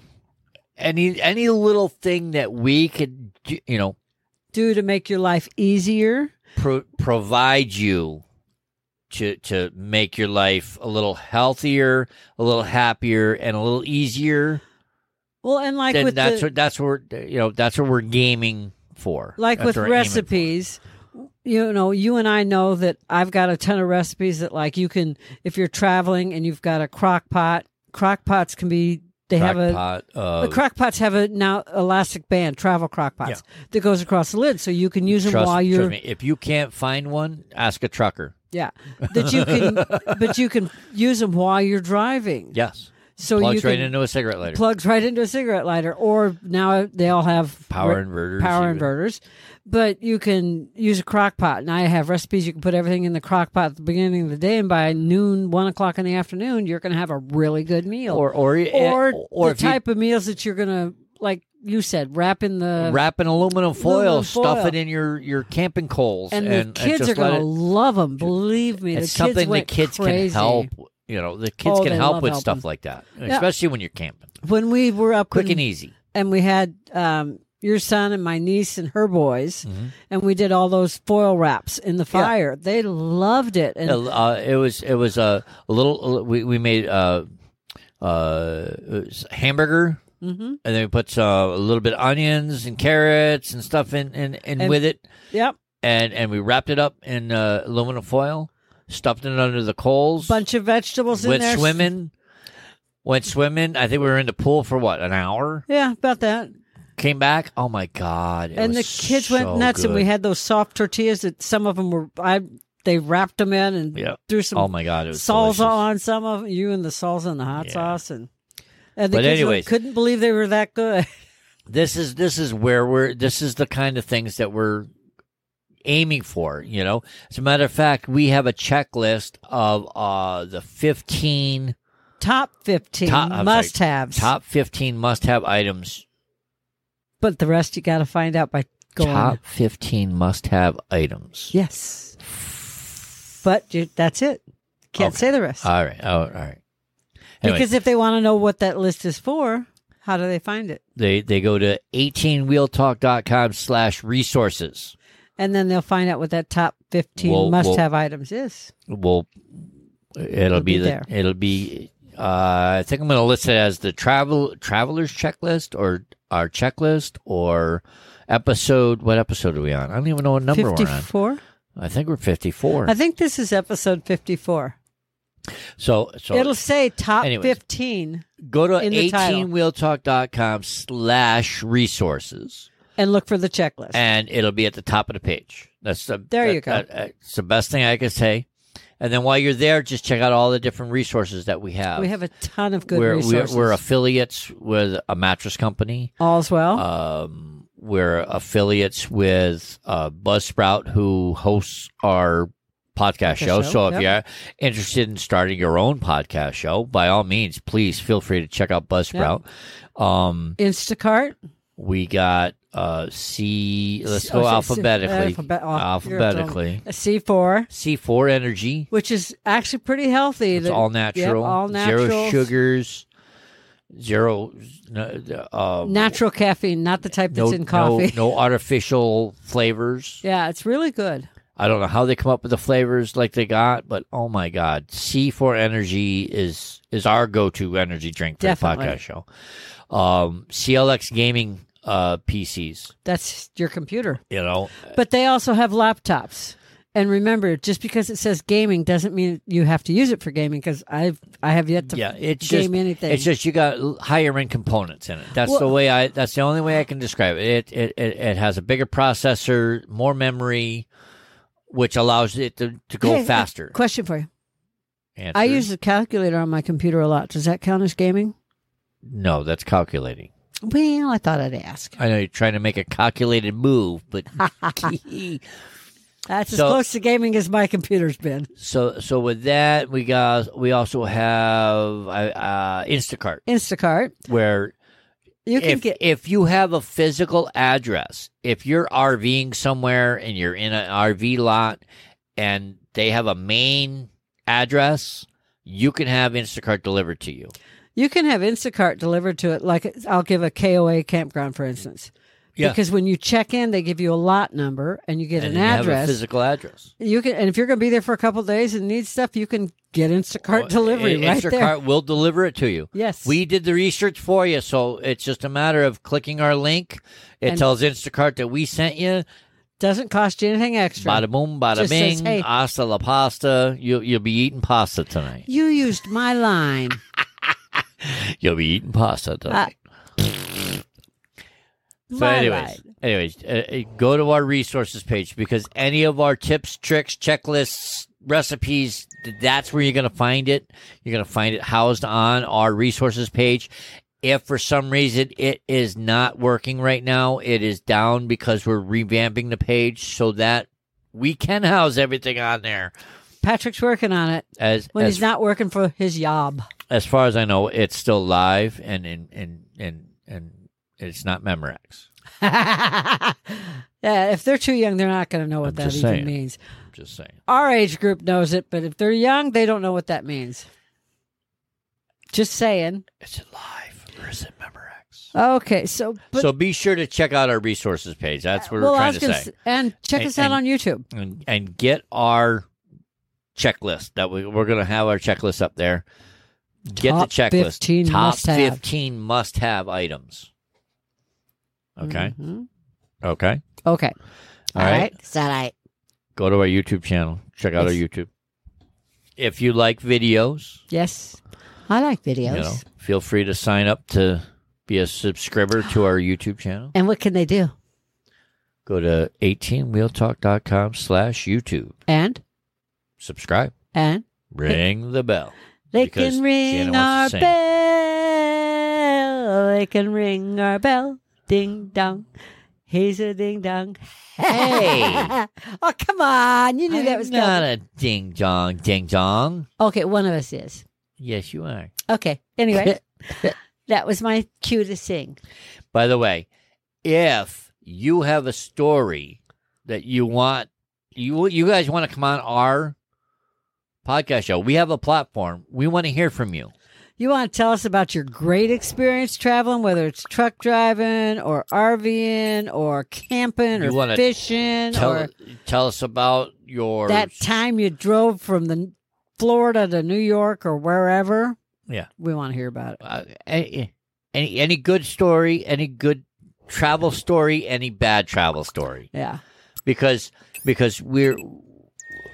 [SPEAKER 1] Any any little thing that we could do- you know
[SPEAKER 2] do to make your life easier.
[SPEAKER 1] pro- provide you to to make your life a little healthier, a little happier, and a little easier.
[SPEAKER 2] Well, and like
[SPEAKER 1] then
[SPEAKER 2] with
[SPEAKER 1] that's
[SPEAKER 2] the,
[SPEAKER 1] what that's what we're, you know that's what we're gaming for.
[SPEAKER 2] like
[SPEAKER 1] That's
[SPEAKER 2] with
[SPEAKER 1] what we're aiming for.
[SPEAKER 2] recipes you know you and i know that i've got a ton of recipes that like you can if you're traveling and you've got a crock pot crock pots can be they
[SPEAKER 1] Crock
[SPEAKER 2] have a
[SPEAKER 1] pot, uh,
[SPEAKER 2] the crock pots have a now elastic band travel crock pots that goes across the lid so you can use them
[SPEAKER 1] trust,
[SPEAKER 2] while you're
[SPEAKER 1] trust me, if you can't find one, ask a trucker.
[SPEAKER 2] yeah that you can but you can use them while you're driving
[SPEAKER 1] Yes,
[SPEAKER 2] so you
[SPEAKER 1] plugs
[SPEAKER 2] can
[SPEAKER 1] right into a cigarette lighter.
[SPEAKER 2] plugs right into a cigarette lighter or now they all have
[SPEAKER 1] Power
[SPEAKER 2] re-
[SPEAKER 1] inverters,
[SPEAKER 2] power
[SPEAKER 1] even.
[SPEAKER 2] inverters but you can use a crock pot and i have recipes you can put everything in the crock pot at the beginning of the day and by noon one o'clock in the afternoon you're going to have a really good meal
[SPEAKER 1] or or
[SPEAKER 2] or,
[SPEAKER 1] or
[SPEAKER 2] the
[SPEAKER 1] if you
[SPEAKER 2] type of meals that you're going to like you said wrap in the
[SPEAKER 1] wrap in aluminum foil,
[SPEAKER 2] aluminum
[SPEAKER 1] stuff
[SPEAKER 2] foil.
[SPEAKER 1] it in your your camping coals,
[SPEAKER 2] and,
[SPEAKER 1] and,
[SPEAKER 2] the kids
[SPEAKER 1] just
[SPEAKER 2] are going
[SPEAKER 1] let
[SPEAKER 2] to
[SPEAKER 1] it-
[SPEAKER 2] love them believe me
[SPEAKER 1] It's
[SPEAKER 2] the kids
[SPEAKER 1] something the
[SPEAKER 2] went
[SPEAKER 1] kids
[SPEAKER 2] crazy.
[SPEAKER 1] can help. You know, the kids
[SPEAKER 2] Oh,
[SPEAKER 1] can
[SPEAKER 2] they
[SPEAKER 1] help
[SPEAKER 2] love
[SPEAKER 1] with
[SPEAKER 2] helping. Mm.
[SPEAKER 1] stuff like that, especially when you're camping,
[SPEAKER 2] when we were up
[SPEAKER 1] quick
[SPEAKER 2] in-
[SPEAKER 1] and e-, easy.
[SPEAKER 2] and we had um, your son and my niece and her boys,
[SPEAKER 1] Mm-hmm.
[SPEAKER 2] and we did all those foil wraps in the fire. They loved it, and
[SPEAKER 1] uh, it was it was a, a little we, we made uh, uh, it was hamburger
[SPEAKER 2] mm-hmm.
[SPEAKER 1] and then we put uh, a little bit of onions and carrots and stuff in, in, in
[SPEAKER 2] And-
[SPEAKER 1] with it
[SPEAKER 2] yep,
[SPEAKER 1] and and we wrapped it up in uh, aluminum foil stuffed it under the coals
[SPEAKER 2] bunch of vegetables in
[SPEAKER 1] went
[SPEAKER 2] there.
[SPEAKER 1] swimming went swimming I think we were in the pool for what an hour
[SPEAKER 2] Yeah, about that.
[SPEAKER 1] came back oh my god it
[SPEAKER 2] and the
[SPEAKER 1] was
[SPEAKER 2] kids went
[SPEAKER 1] so
[SPEAKER 2] nuts, and we
[SPEAKER 1] good.
[SPEAKER 2] had those soft tortillas that some of them were I. They wrapped them in and
[SPEAKER 1] Yeah.
[SPEAKER 2] threw some
[SPEAKER 1] oh my god it was
[SPEAKER 2] salsa
[SPEAKER 1] delicious.
[SPEAKER 2] on some of 'em, You and the salsa and the hot
[SPEAKER 1] Yeah.
[SPEAKER 2] sauce and. And the
[SPEAKER 1] But
[SPEAKER 2] kids
[SPEAKER 1] anyways.
[SPEAKER 2] couldn't believe they were that good.
[SPEAKER 1] this is this is where we're this is the kind of things that we're aiming for you know as a matter of fact we have a checklist of uh the 15
[SPEAKER 2] Top fifteen
[SPEAKER 1] Top- I'm sorry,
[SPEAKER 2] must-haves,
[SPEAKER 1] top 15 must have items
[SPEAKER 2] but the rest you got to find out by going.
[SPEAKER 1] top 15 must have items
[SPEAKER 2] Yes. But you, that's it. Can't
[SPEAKER 1] Okay.
[SPEAKER 2] say the rest.
[SPEAKER 1] all right oh, all right anyway,
[SPEAKER 2] Because if they want to know what that list is for, how do they find it?
[SPEAKER 1] they they go to 18wheeltalk.com slash resources
[SPEAKER 2] And then they'll find out what that top 15
[SPEAKER 1] Well,
[SPEAKER 2] must
[SPEAKER 1] well-
[SPEAKER 2] have items is.
[SPEAKER 1] well it'll be,
[SPEAKER 2] be
[SPEAKER 1] the
[SPEAKER 2] there.
[SPEAKER 1] it'll be uh, I think I'm going to list it as the travel travelers checklist or our checklist or episode. What episode are we on? I don't even know what number we're on.
[SPEAKER 2] 54?
[SPEAKER 1] I think we're 54.
[SPEAKER 2] I think this is episode 54.
[SPEAKER 1] so so
[SPEAKER 2] It'll say top
[SPEAKER 1] Anyways.
[SPEAKER 2] 15
[SPEAKER 1] go to
[SPEAKER 2] in the title.
[SPEAKER 1] 18wheeltalk.com slash resources
[SPEAKER 2] and look for the checklist.
[SPEAKER 1] and it'll be at the top of the page. That's the
[SPEAKER 2] There you go.
[SPEAKER 1] that- that- it's the best thing I could say. And then while you're there, just check out all the different resources that we have.
[SPEAKER 2] we have a ton of good
[SPEAKER 1] uh, we're, we're,
[SPEAKER 2] resources.
[SPEAKER 1] we're affiliates with a mattress company.
[SPEAKER 2] All's well.
[SPEAKER 1] Um, we're affiliates with uh, Buzzsprout, who hosts our podcast show.
[SPEAKER 2] show,
[SPEAKER 1] So if
[SPEAKER 2] yep.
[SPEAKER 1] you're interested in starting your own podcast show, by all means, please feel free to check out Buzzsprout. Um,
[SPEAKER 2] Instacart.
[SPEAKER 1] we got uh, C. Let's go
[SPEAKER 2] Oh, so- so-
[SPEAKER 1] alphabetically.
[SPEAKER 2] alphabet- oh, you're
[SPEAKER 1] alphabetically.
[SPEAKER 2] dumb. C4,
[SPEAKER 1] C4 Energy.
[SPEAKER 2] which is actually pretty healthy.
[SPEAKER 1] It's
[SPEAKER 2] The-
[SPEAKER 1] all
[SPEAKER 2] yep,
[SPEAKER 1] natural.
[SPEAKER 2] all natural.
[SPEAKER 1] Zero sugars. Zero. no, Um,
[SPEAKER 2] Natural caffeine, not the type that's
[SPEAKER 1] no,
[SPEAKER 2] in coffee.
[SPEAKER 1] No, no artificial flavors.
[SPEAKER 2] Yeah, it's really good.
[SPEAKER 1] I don't know how they come up with the flavors like they got, but oh my god, C4 Energy is is our go to energy drink for
[SPEAKER 2] Definitely.
[SPEAKER 1] the podcast show. Um, CLX Gaming uh, PCs,
[SPEAKER 2] That's your computer.
[SPEAKER 1] you know,
[SPEAKER 2] But they also have laptops. And remember, just because it says gaming doesn't mean you have to use it for gaming because I've I have yet to
[SPEAKER 1] yeah, it's
[SPEAKER 2] game
[SPEAKER 1] just
[SPEAKER 2] anything.
[SPEAKER 1] it's just you got l- higher end components in it. That's the
[SPEAKER 2] Well-
[SPEAKER 1] way I. That's the only way I can describe it. It it, it, it has a bigger processor, more memory, which allows it to, to go
[SPEAKER 2] Hey, uh,
[SPEAKER 1] faster.
[SPEAKER 2] Question for you.
[SPEAKER 1] Answer,
[SPEAKER 2] I use the calculator on my computer a lot. Does that count as gaming?
[SPEAKER 1] no. That's calculating.
[SPEAKER 2] Well, I thought I'd ask.
[SPEAKER 1] I know you're trying to make a calculated move, but
[SPEAKER 2] That's
[SPEAKER 1] So-
[SPEAKER 2] as close to gaming as my computer's been.
[SPEAKER 1] so so with that we got we also have uh, uh, Instacart
[SPEAKER 2] Instacart.
[SPEAKER 1] where
[SPEAKER 2] You can
[SPEAKER 1] if
[SPEAKER 2] get
[SPEAKER 1] if you have a physical address, if you're RVing somewhere and you're in an RV lot and they have a main address, you can have Instacart delivered to you.
[SPEAKER 2] you can have Instacart delivered to it. Like I'll give a KOA campground for instance.
[SPEAKER 1] Yeah.
[SPEAKER 2] Because when you check in, they give you a lot number and you get
[SPEAKER 1] and
[SPEAKER 2] an
[SPEAKER 1] then you
[SPEAKER 2] address.
[SPEAKER 1] have a physical address.
[SPEAKER 2] You can, and if you're going to be there for a couple of days and need stuff, you can get Instacart
[SPEAKER 1] Oh,
[SPEAKER 2] delivery
[SPEAKER 1] I-
[SPEAKER 2] right
[SPEAKER 1] Instacart
[SPEAKER 2] there.
[SPEAKER 1] will deliver it to you.
[SPEAKER 2] Yes,
[SPEAKER 1] We did the research for you, so it's just a matter of clicking our link. It
[SPEAKER 2] And-
[SPEAKER 1] tells Instacart that we sent you.
[SPEAKER 2] doesn't cost you anything extra.
[SPEAKER 1] Bada boom, bada
[SPEAKER 2] Just
[SPEAKER 1] bing.
[SPEAKER 2] says, hey.
[SPEAKER 1] Hasta la pasta. You, you'll be eating pasta tonight.
[SPEAKER 2] You used my line.
[SPEAKER 1] You'll be eating pasta tonight. so,
[SPEAKER 2] Uh, my
[SPEAKER 1] anyways,
[SPEAKER 2] line.
[SPEAKER 1] anyways, uh, uh, go to our resources page because any of our tips, tricks, checklists, recipes, th- that's where you're going to find it. You're going to find it housed on our resources page. If for some reason it is not working right now, it is down because we're revamping the page so that we can house everything on there.
[SPEAKER 2] Patrick's working on it
[SPEAKER 1] As
[SPEAKER 2] when
[SPEAKER 1] as
[SPEAKER 2] he's not working for his job.
[SPEAKER 1] as far as I know, it's still live and and and and, and it's not Memorex.
[SPEAKER 2] yeah, if they're too young, they're not going to know what
[SPEAKER 1] I'm
[SPEAKER 2] that
[SPEAKER 1] just
[SPEAKER 2] even
[SPEAKER 1] saying.
[SPEAKER 2] means.
[SPEAKER 1] I'm just saying.
[SPEAKER 2] Our age group knows it, but if they're young, they don't know what that means. Just saying.
[SPEAKER 1] Is it live or is it Memorex?
[SPEAKER 2] Okay, so but
[SPEAKER 1] so be sure to check out our resources page. That's what
[SPEAKER 2] well,
[SPEAKER 1] we're
[SPEAKER 2] I
[SPEAKER 1] trying
[SPEAKER 2] was
[SPEAKER 1] to
[SPEAKER 2] gonna
[SPEAKER 1] say.
[SPEAKER 2] s- and check
[SPEAKER 1] And-
[SPEAKER 2] us out
[SPEAKER 1] and-
[SPEAKER 2] on YouTube.
[SPEAKER 1] and, and get our checklist that we, we're going to have our checklist up there. Get
[SPEAKER 2] Top
[SPEAKER 1] the checklist.
[SPEAKER 2] 15
[SPEAKER 1] Top
[SPEAKER 2] must-have.
[SPEAKER 1] 15 must have items. Okay.
[SPEAKER 2] Mhm.
[SPEAKER 1] Okay.
[SPEAKER 2] Okay.
[SPEAKER 1] All right.
[SPEAKER 2] Is that right?
[SPEAKER 1] Go to our YouTube channel. Check out our
[SPEAKER 2] Yes.
[SPEAKER 1] YouTube. If you like videos,
[SPEAKER 2] Yes. I like
[SPEAKER 1] you
[SPEAKER 2] videos.
[SPEAKER 1] know, feel free to sign up to be a subscriber to our YouTube channel.
[SPEAKER 2] And what can they do?
[SPEAKER 1] Go to 18wheeltalk.com slash YouTube.
[SPEAKER 2] And
[SPEAKER 1] Subscribe.
[SPEAKER 2] and
[SPEAKER 1] Ring the bell.
[SPEAKER 2] they
[SPEAKER 1] Because
[SPEAKER 2] can
[SPEAKER 1] Jana
[SPEAKER 2] ring our
[SPEAKER 1] wants to sing.
[SPEAKER 2] bell. They can ring our bell. Ding dong. He's a ding dong.
[SPEAKER 1] Hey.
[SPEAKER 2] oh come on! You knew that
[SPEAKER 1] I'm
[SPEAKER 2] was
[SPEAKER 1] not
[SPEAKER 2] coming.
[SPEAKER 1] a ding dong, ding dong.
[SPEAKER 2] Okay, one of us is.
[SPEAKER 1] Yes, you are.
[SPEAKER 2] Okay. Anyway, that was my cue to sing.
[SPEAKER 1] By the way, if you have a story that you want, you you guys want to come on our podcast show, we have a platform. We want to hear from you.
[SPEAKER 2] You want to tell us about your great experience traveling, whether it's truck driving or RVing or camping
[SPEAKER 1] You
[SPEAKER 2] or
[SPEAKER 1] wanna
[SPEAKER 2] fishing
[SPEAKER 1] Tell
[SPEAKER 2] or
[SPEAKER 1] tell us about your
[SPEAKER 2] that time you drove from the Florida to New York or wherever.
[SPEAKER 1] Yeah.
[SPEAKER 2] we want to hear about it.
[SPEAKER 1] uh, any any any good story, any good travel story, any bad travel story.
[SPEAKER 2] Yeah,
[SPEAKER 1] because because we're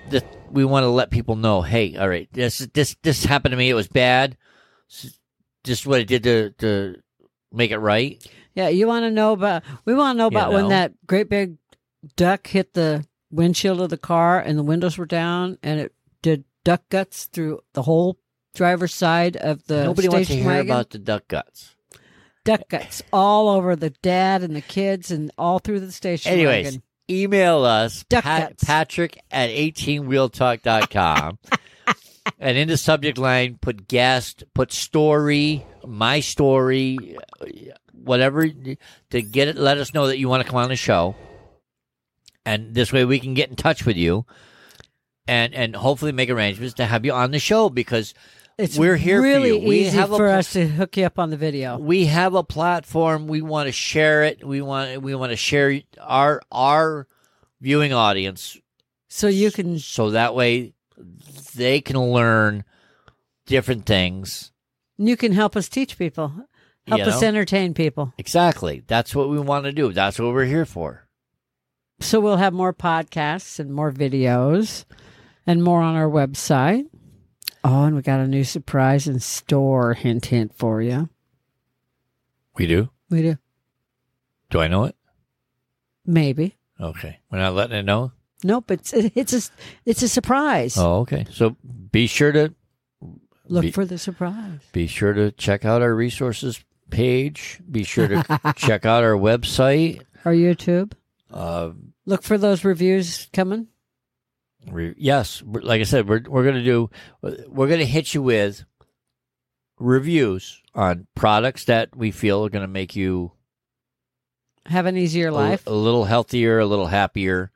[SPEAKER 1] th- we want to let people know, hey, all right, this this this happened to me. It was bad. S- This is what I did to to make it right.
[SPEAKER 2] Yeah, you want to know about? We want to know
[SPEAKER 1] You
[SPEAKER 2] about when
[SPEAKER 1] know.
[SPEAKER 2] that great big duck hit the windshield of the car and the windows were down and it did duck guts through the whole driver's side of the
[SPEAKER 1] Nobody wants to
[SPEAKER 2] station
[SPEAKER 1] hear
[SPEAKER 2] wagon.
[SPEAKER 1] about the duck guts.
[SPEAKER 2] duck guts all over the dad and the kids and all through the station
[SPEAKER 1] Anyways,
[SPEAKER 2] wagon.
[SPEAKER 1] email us
[SPEAKER 2] Duck
[SPEAKER 1] Pat-
[SPEAKER 2] guts.
[SPEAKER 1] Patrick at 18wheeltalk.com. and in the subject line, put guest, put story, my story, whatever to get it. Let us know that you want to come on the show, and this way we can get in touch with you, and and hopefully make arrangements to have you on the show because
[SPEAKER 2] It's
[SPEAKER 1] we're here for
[SPEAKER 2] really
[SPEAKER 1] you. We
[SPEAKER 2] easy
[SPEAKER 1] have a
[SPEAKER 2] for
[SPEAKER 1] pl-
[SPEAKER 2] us to hook you up on the video.
[SPEAKER 1] we have a platform. We want to share it. We want we want to share our our viewing audience
[SPEAKER 2] So you can
[SPEAKER 1] so that way they can learn different things.
[SPEAKER 2] you can help us teach people. Help
[SPEAKER 1] You
[SPEAKER 2] us
[SPEAKER 1] know?
[SPEAKER 2] entertain people.
[SPEAKER 1] Exactly. That's what we want to do. That's what we're here for.
[SPEAKER 2] So we'll have more podcasts and more videos and more on our website. Oh, and we got a new surprise in store hint hint for you.
[SPEAKER 1] We do.
[SPEAKER 2] We do.
[SPEAKER 1] Do I know it?
[SPEAKER 2] Maybe.
[SPEAKER 1] Okay. We're not letting it know.
[SPEAKER 2] Nope, it's it's a it's a surprise.
[SPEAKER 1] Oh, okay. So be sure to
[SPEAKER 2] Look
[SPEAKER 1] be-
[SPEAKER 2] for the surprise.
[SPEAKER 1] be sure to check out our resources page. Be sure to check out our website.
[SPEAKER 2] Our YouTube.
[SPEAKER 1] Uh,
[SPEAKER 2] Look for those reviews coming.
[SPEAKER 1] Re- yes, we're- like I said, we're we're gonna do we're gonna hit you with reviews on products that we feel are gonna make you
[SPEAKER 2] Have an easier
[SPEAKER 1] a,
[SPEAKER 2] life.
[SPEAKER 1] a little healthier, a little happier,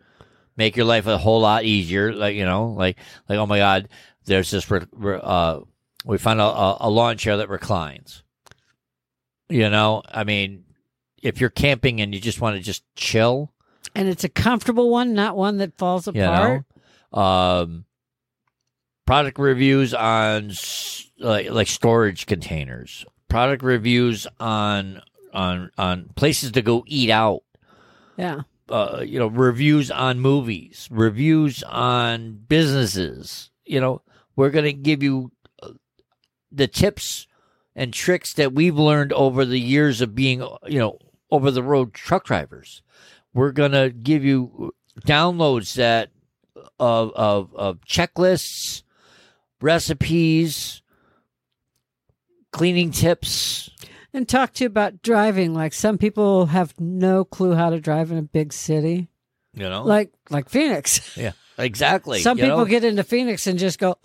[SPEAKER 1] make your life a whole lot easier. Like you know, like like oh my god, there's this re- re- uh, we found a, a, a lawn chair that reclines. You know, I mean, if you're camping and you just want to just chill,
[SPEAKER 2] And it's a comfortable one, not one that falls
[SPEAKER 1] you
[SPEAKER 2] apart.
[SPEAKER 1] know um product reviews on s- like, like storage containers product reviews on on on places to go eat out
[SPEAKER 2] Yeah.
[SPEAKER 1] uh, you know reviews on movies reviews on businesses you know we're going to give you uh, the tips and tricks that we've learned over the years of being you know over the road truck drivers we're going to give you downloads that of of, of checklists recipes cleaning tips
[SPEAKER 2] And talk to you about driving. Like some people have no clue how to drive in a big city.
[SPEAKER 1] you know
[SPEAKER 2] Like like Phoenix.
[SPEAKER 1] yeah exactly
[SPEAKER 2] Some
[SPEAKER 1] Oh. you
[SPEAKER 2] people
[SPEAKER 1] know?
[SPEAKER 2] get into Phoenix and just go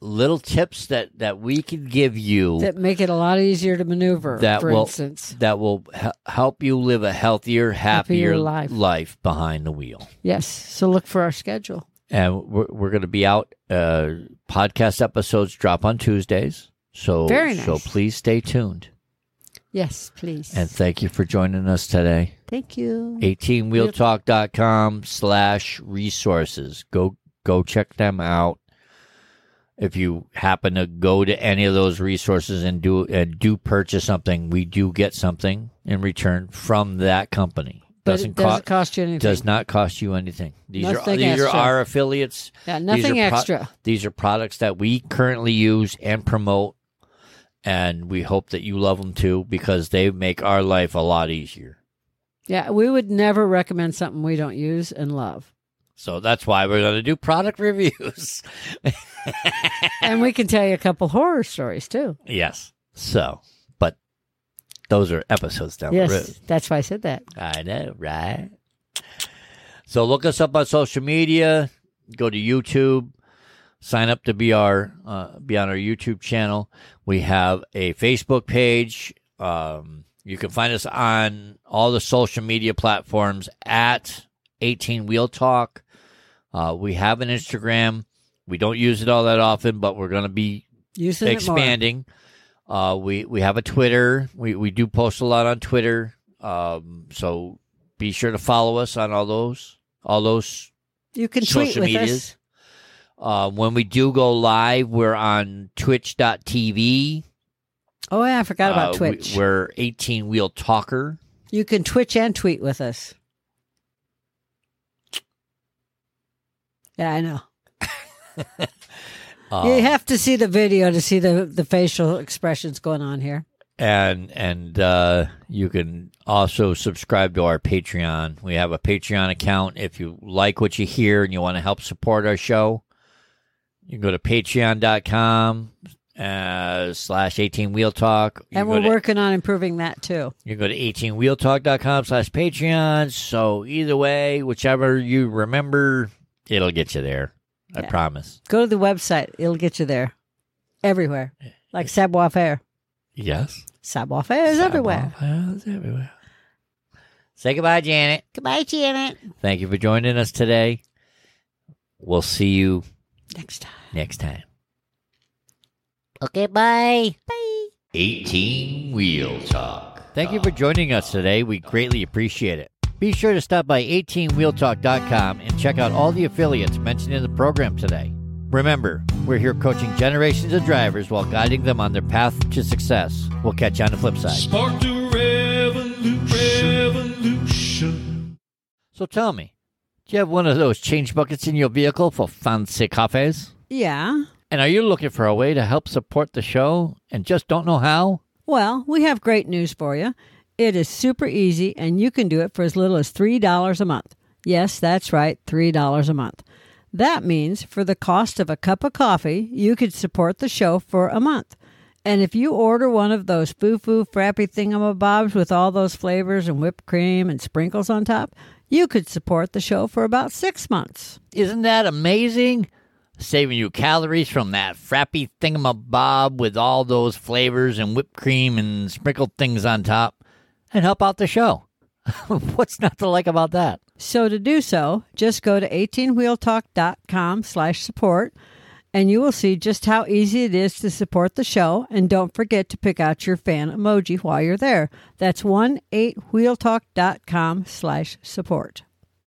[SPEAKER 1] little tips that that we can give you
[SPEAKER 2] that make it a lot easier to maneuver.
[SPEAKER 1] That
[SPEAKER 2] for
[SPEAKER 1] will-
[SPEAKER 2] instance,
[SPEAKER 1] that will he- help you live a healthier, happier,
[SPEAKER 2] Happier life.
[SPEAKER 1] behind the wheel.
[SPEAKER 2] yes. So look for our schedule.
[SPEAKER 1] And we're, we're going to be out. Uh, podcast episodes drop on Tuesdays, so
[SPEAKER 2] Very nice.
[SPEAKER 1] so please stay tuned.
[SPEAKER 2] Yes, please.
[SPEAKER 1] And thank you for joining us today.
[SPEAKER 2] Thank you.
[SPEAKER 1] 18wheeltalk.com slash resources. Go go check them out. If you happen to go to any of those resources and do and do purchase something, we do get something in return from that company.
[SPEAKER 2] But
[SPEAKER 1] doesn't
[SPEAKER 2] it
[SPEAKER 1] co-
[SPEAKER 2] doesn't cost you anything.
[SPEAKER 1] does not cost you anything. These are
[SPEAKER 2] Nothing
[SPEAKER 1] these are
[SPEAKER 2] extra.
[SPEAKER 1] our affiliates.
[SPEAKER 2] yeah,
[SPEAKER 1] These
[SPEAKER 2] nothing
[SPEAKER 1] are pro-
[SPEAKER 2] extra.
[SPEAKER 1] These are products that we currently use and promote, and we hope that you love them too because they make our life a lot easier.
[SPEAKER 2] Yeah, we would never recommend something we don't use and love.
[SPEAKER 1] So that's why we're going to do product reviews.
[SPEAKER 2] and we can tell you a couple horror stories too.
[SPEAKER 1] yes. So, but those are episodes down
[SPEAKER 2] yes,
[SPEAKER 1] the road.
[SPEAKER 2] that's why I said that.
[SPEAKER 1] I know, right? So look us up on social media. Go to YouTube. Sign up to be our uh, be on our YouTube channel. We have a Facebook page. Um, you can find us on all the social media platforms at 18 Wheel Talk. Uh, we have an Instagram. We don't use it all that often, but we're going to be
[SPEAKER 2] Using it
[SPEAKER 1] expanding. Uh, we we have a Twitter. We we do post a lot on Twitter. Um, so be sure to follow us on all those all those
[SPEAKER 2] more. You can tweet
[SPEAKER 1] social
[SPEAKER 2] with
[SPEAKER 1] medias.
[SPEAKER 2] us.
[SPEAKER 1] Uh, when we do go live, we're on twitch.tv.
[SPEAKER 2] Oh, yeah, I forgot about
[SPEAKER 1] Uh, we-
[SPEAKER 2] Twitch.
[SPEAKER 1] we're 18 Wheel Talker.
[SPEAKER 2] you can Twitch and tweet with us. Yeah, I know.
[SPEAKER 1] Oh. Uh,
[SPEAKER 2] you have to see the video to see the, the facial expressions going on here.
[SPEAKER 1] and and uh, you can also subscribe to our Patreon. We have a Patreon account. If you like what you hear and you want to help support our show, you can go to patreon.com uh, slash 18 wheel talk. You
[SPEAKER 2] And
[SPEAKER 1] go
[SPEAKER 2] we're
[SPEAKER 1] to-
[SPEAKER 2] working on improving that too.
[SPEAKER 1] You can go to 18wheeltalk.com slash Patreon. So either way, whichever you remember, it'll get you there. I
[SPEAKER 2] Yeah.
[SPEAKER 1] promise.
[SPEAKER 2] Go to the website, it'll get you there. Everywhere. Like Savoir Faire.
[SPEAKER 1] Yes.
[SPEAKER 2] Savoir Faire is everywhere.
[SPEAKER 1] It's everywhere. Say goodbye, Janet.
[SPEAKER 2] Goodbye, Janet.
[SPEAKER 1] Thank you for joining us today. We'll see you
[SPEAKER 2] Next time.
[SPEAKER 1] next time.
[SPEAKER 2] Okay, bye. Bye.
[SPEAKER 1] 18 Wheel Talk. Thank you for joining us today. We greatly appreciate it. Be sure to stop by 18wheeltalk.com and check out all the affiliates mentioned in the program today. Remember, we're here coaching generations of drivers while guiding them on their path to success. We'll catch you on the flip side.
[SPEAKER 5] Spark the revolution. revolution.
[SPEAKER 1] So tell me, do you have one of those change buckets in your vehicle for fancy cafes?
[SPEAKER 2] Yeah.
[SPEAKER 1] And are you looking for a way to help support the show and just don't know how?
[SPEAKER 2] Well, we have great news for you. It is super easy, and you can do it for as little as $3 a month. Yes, that's right, $3 a month. That means for the cost of a cup of coffee, you could support the show for a month. And if you order one of those foo foo frappy thingamabobs with all those flavors and whipped cream and sprinkles on top, you could support the show for about six months.
[SPEAKER 1] Isn't that amazing? Saving you calories from that frappy thingamabob with all those flavors and whipped cream and sprinkled things on top and help out the show. What's not to like about that?
[SPEAKER 2] So to do so, just go to 18wheeltalk.com slash support and you will see just how easy it is to support the show. And don't forget to pick out your fan emoji while you're there. That's 18wheeltalk.com slash support.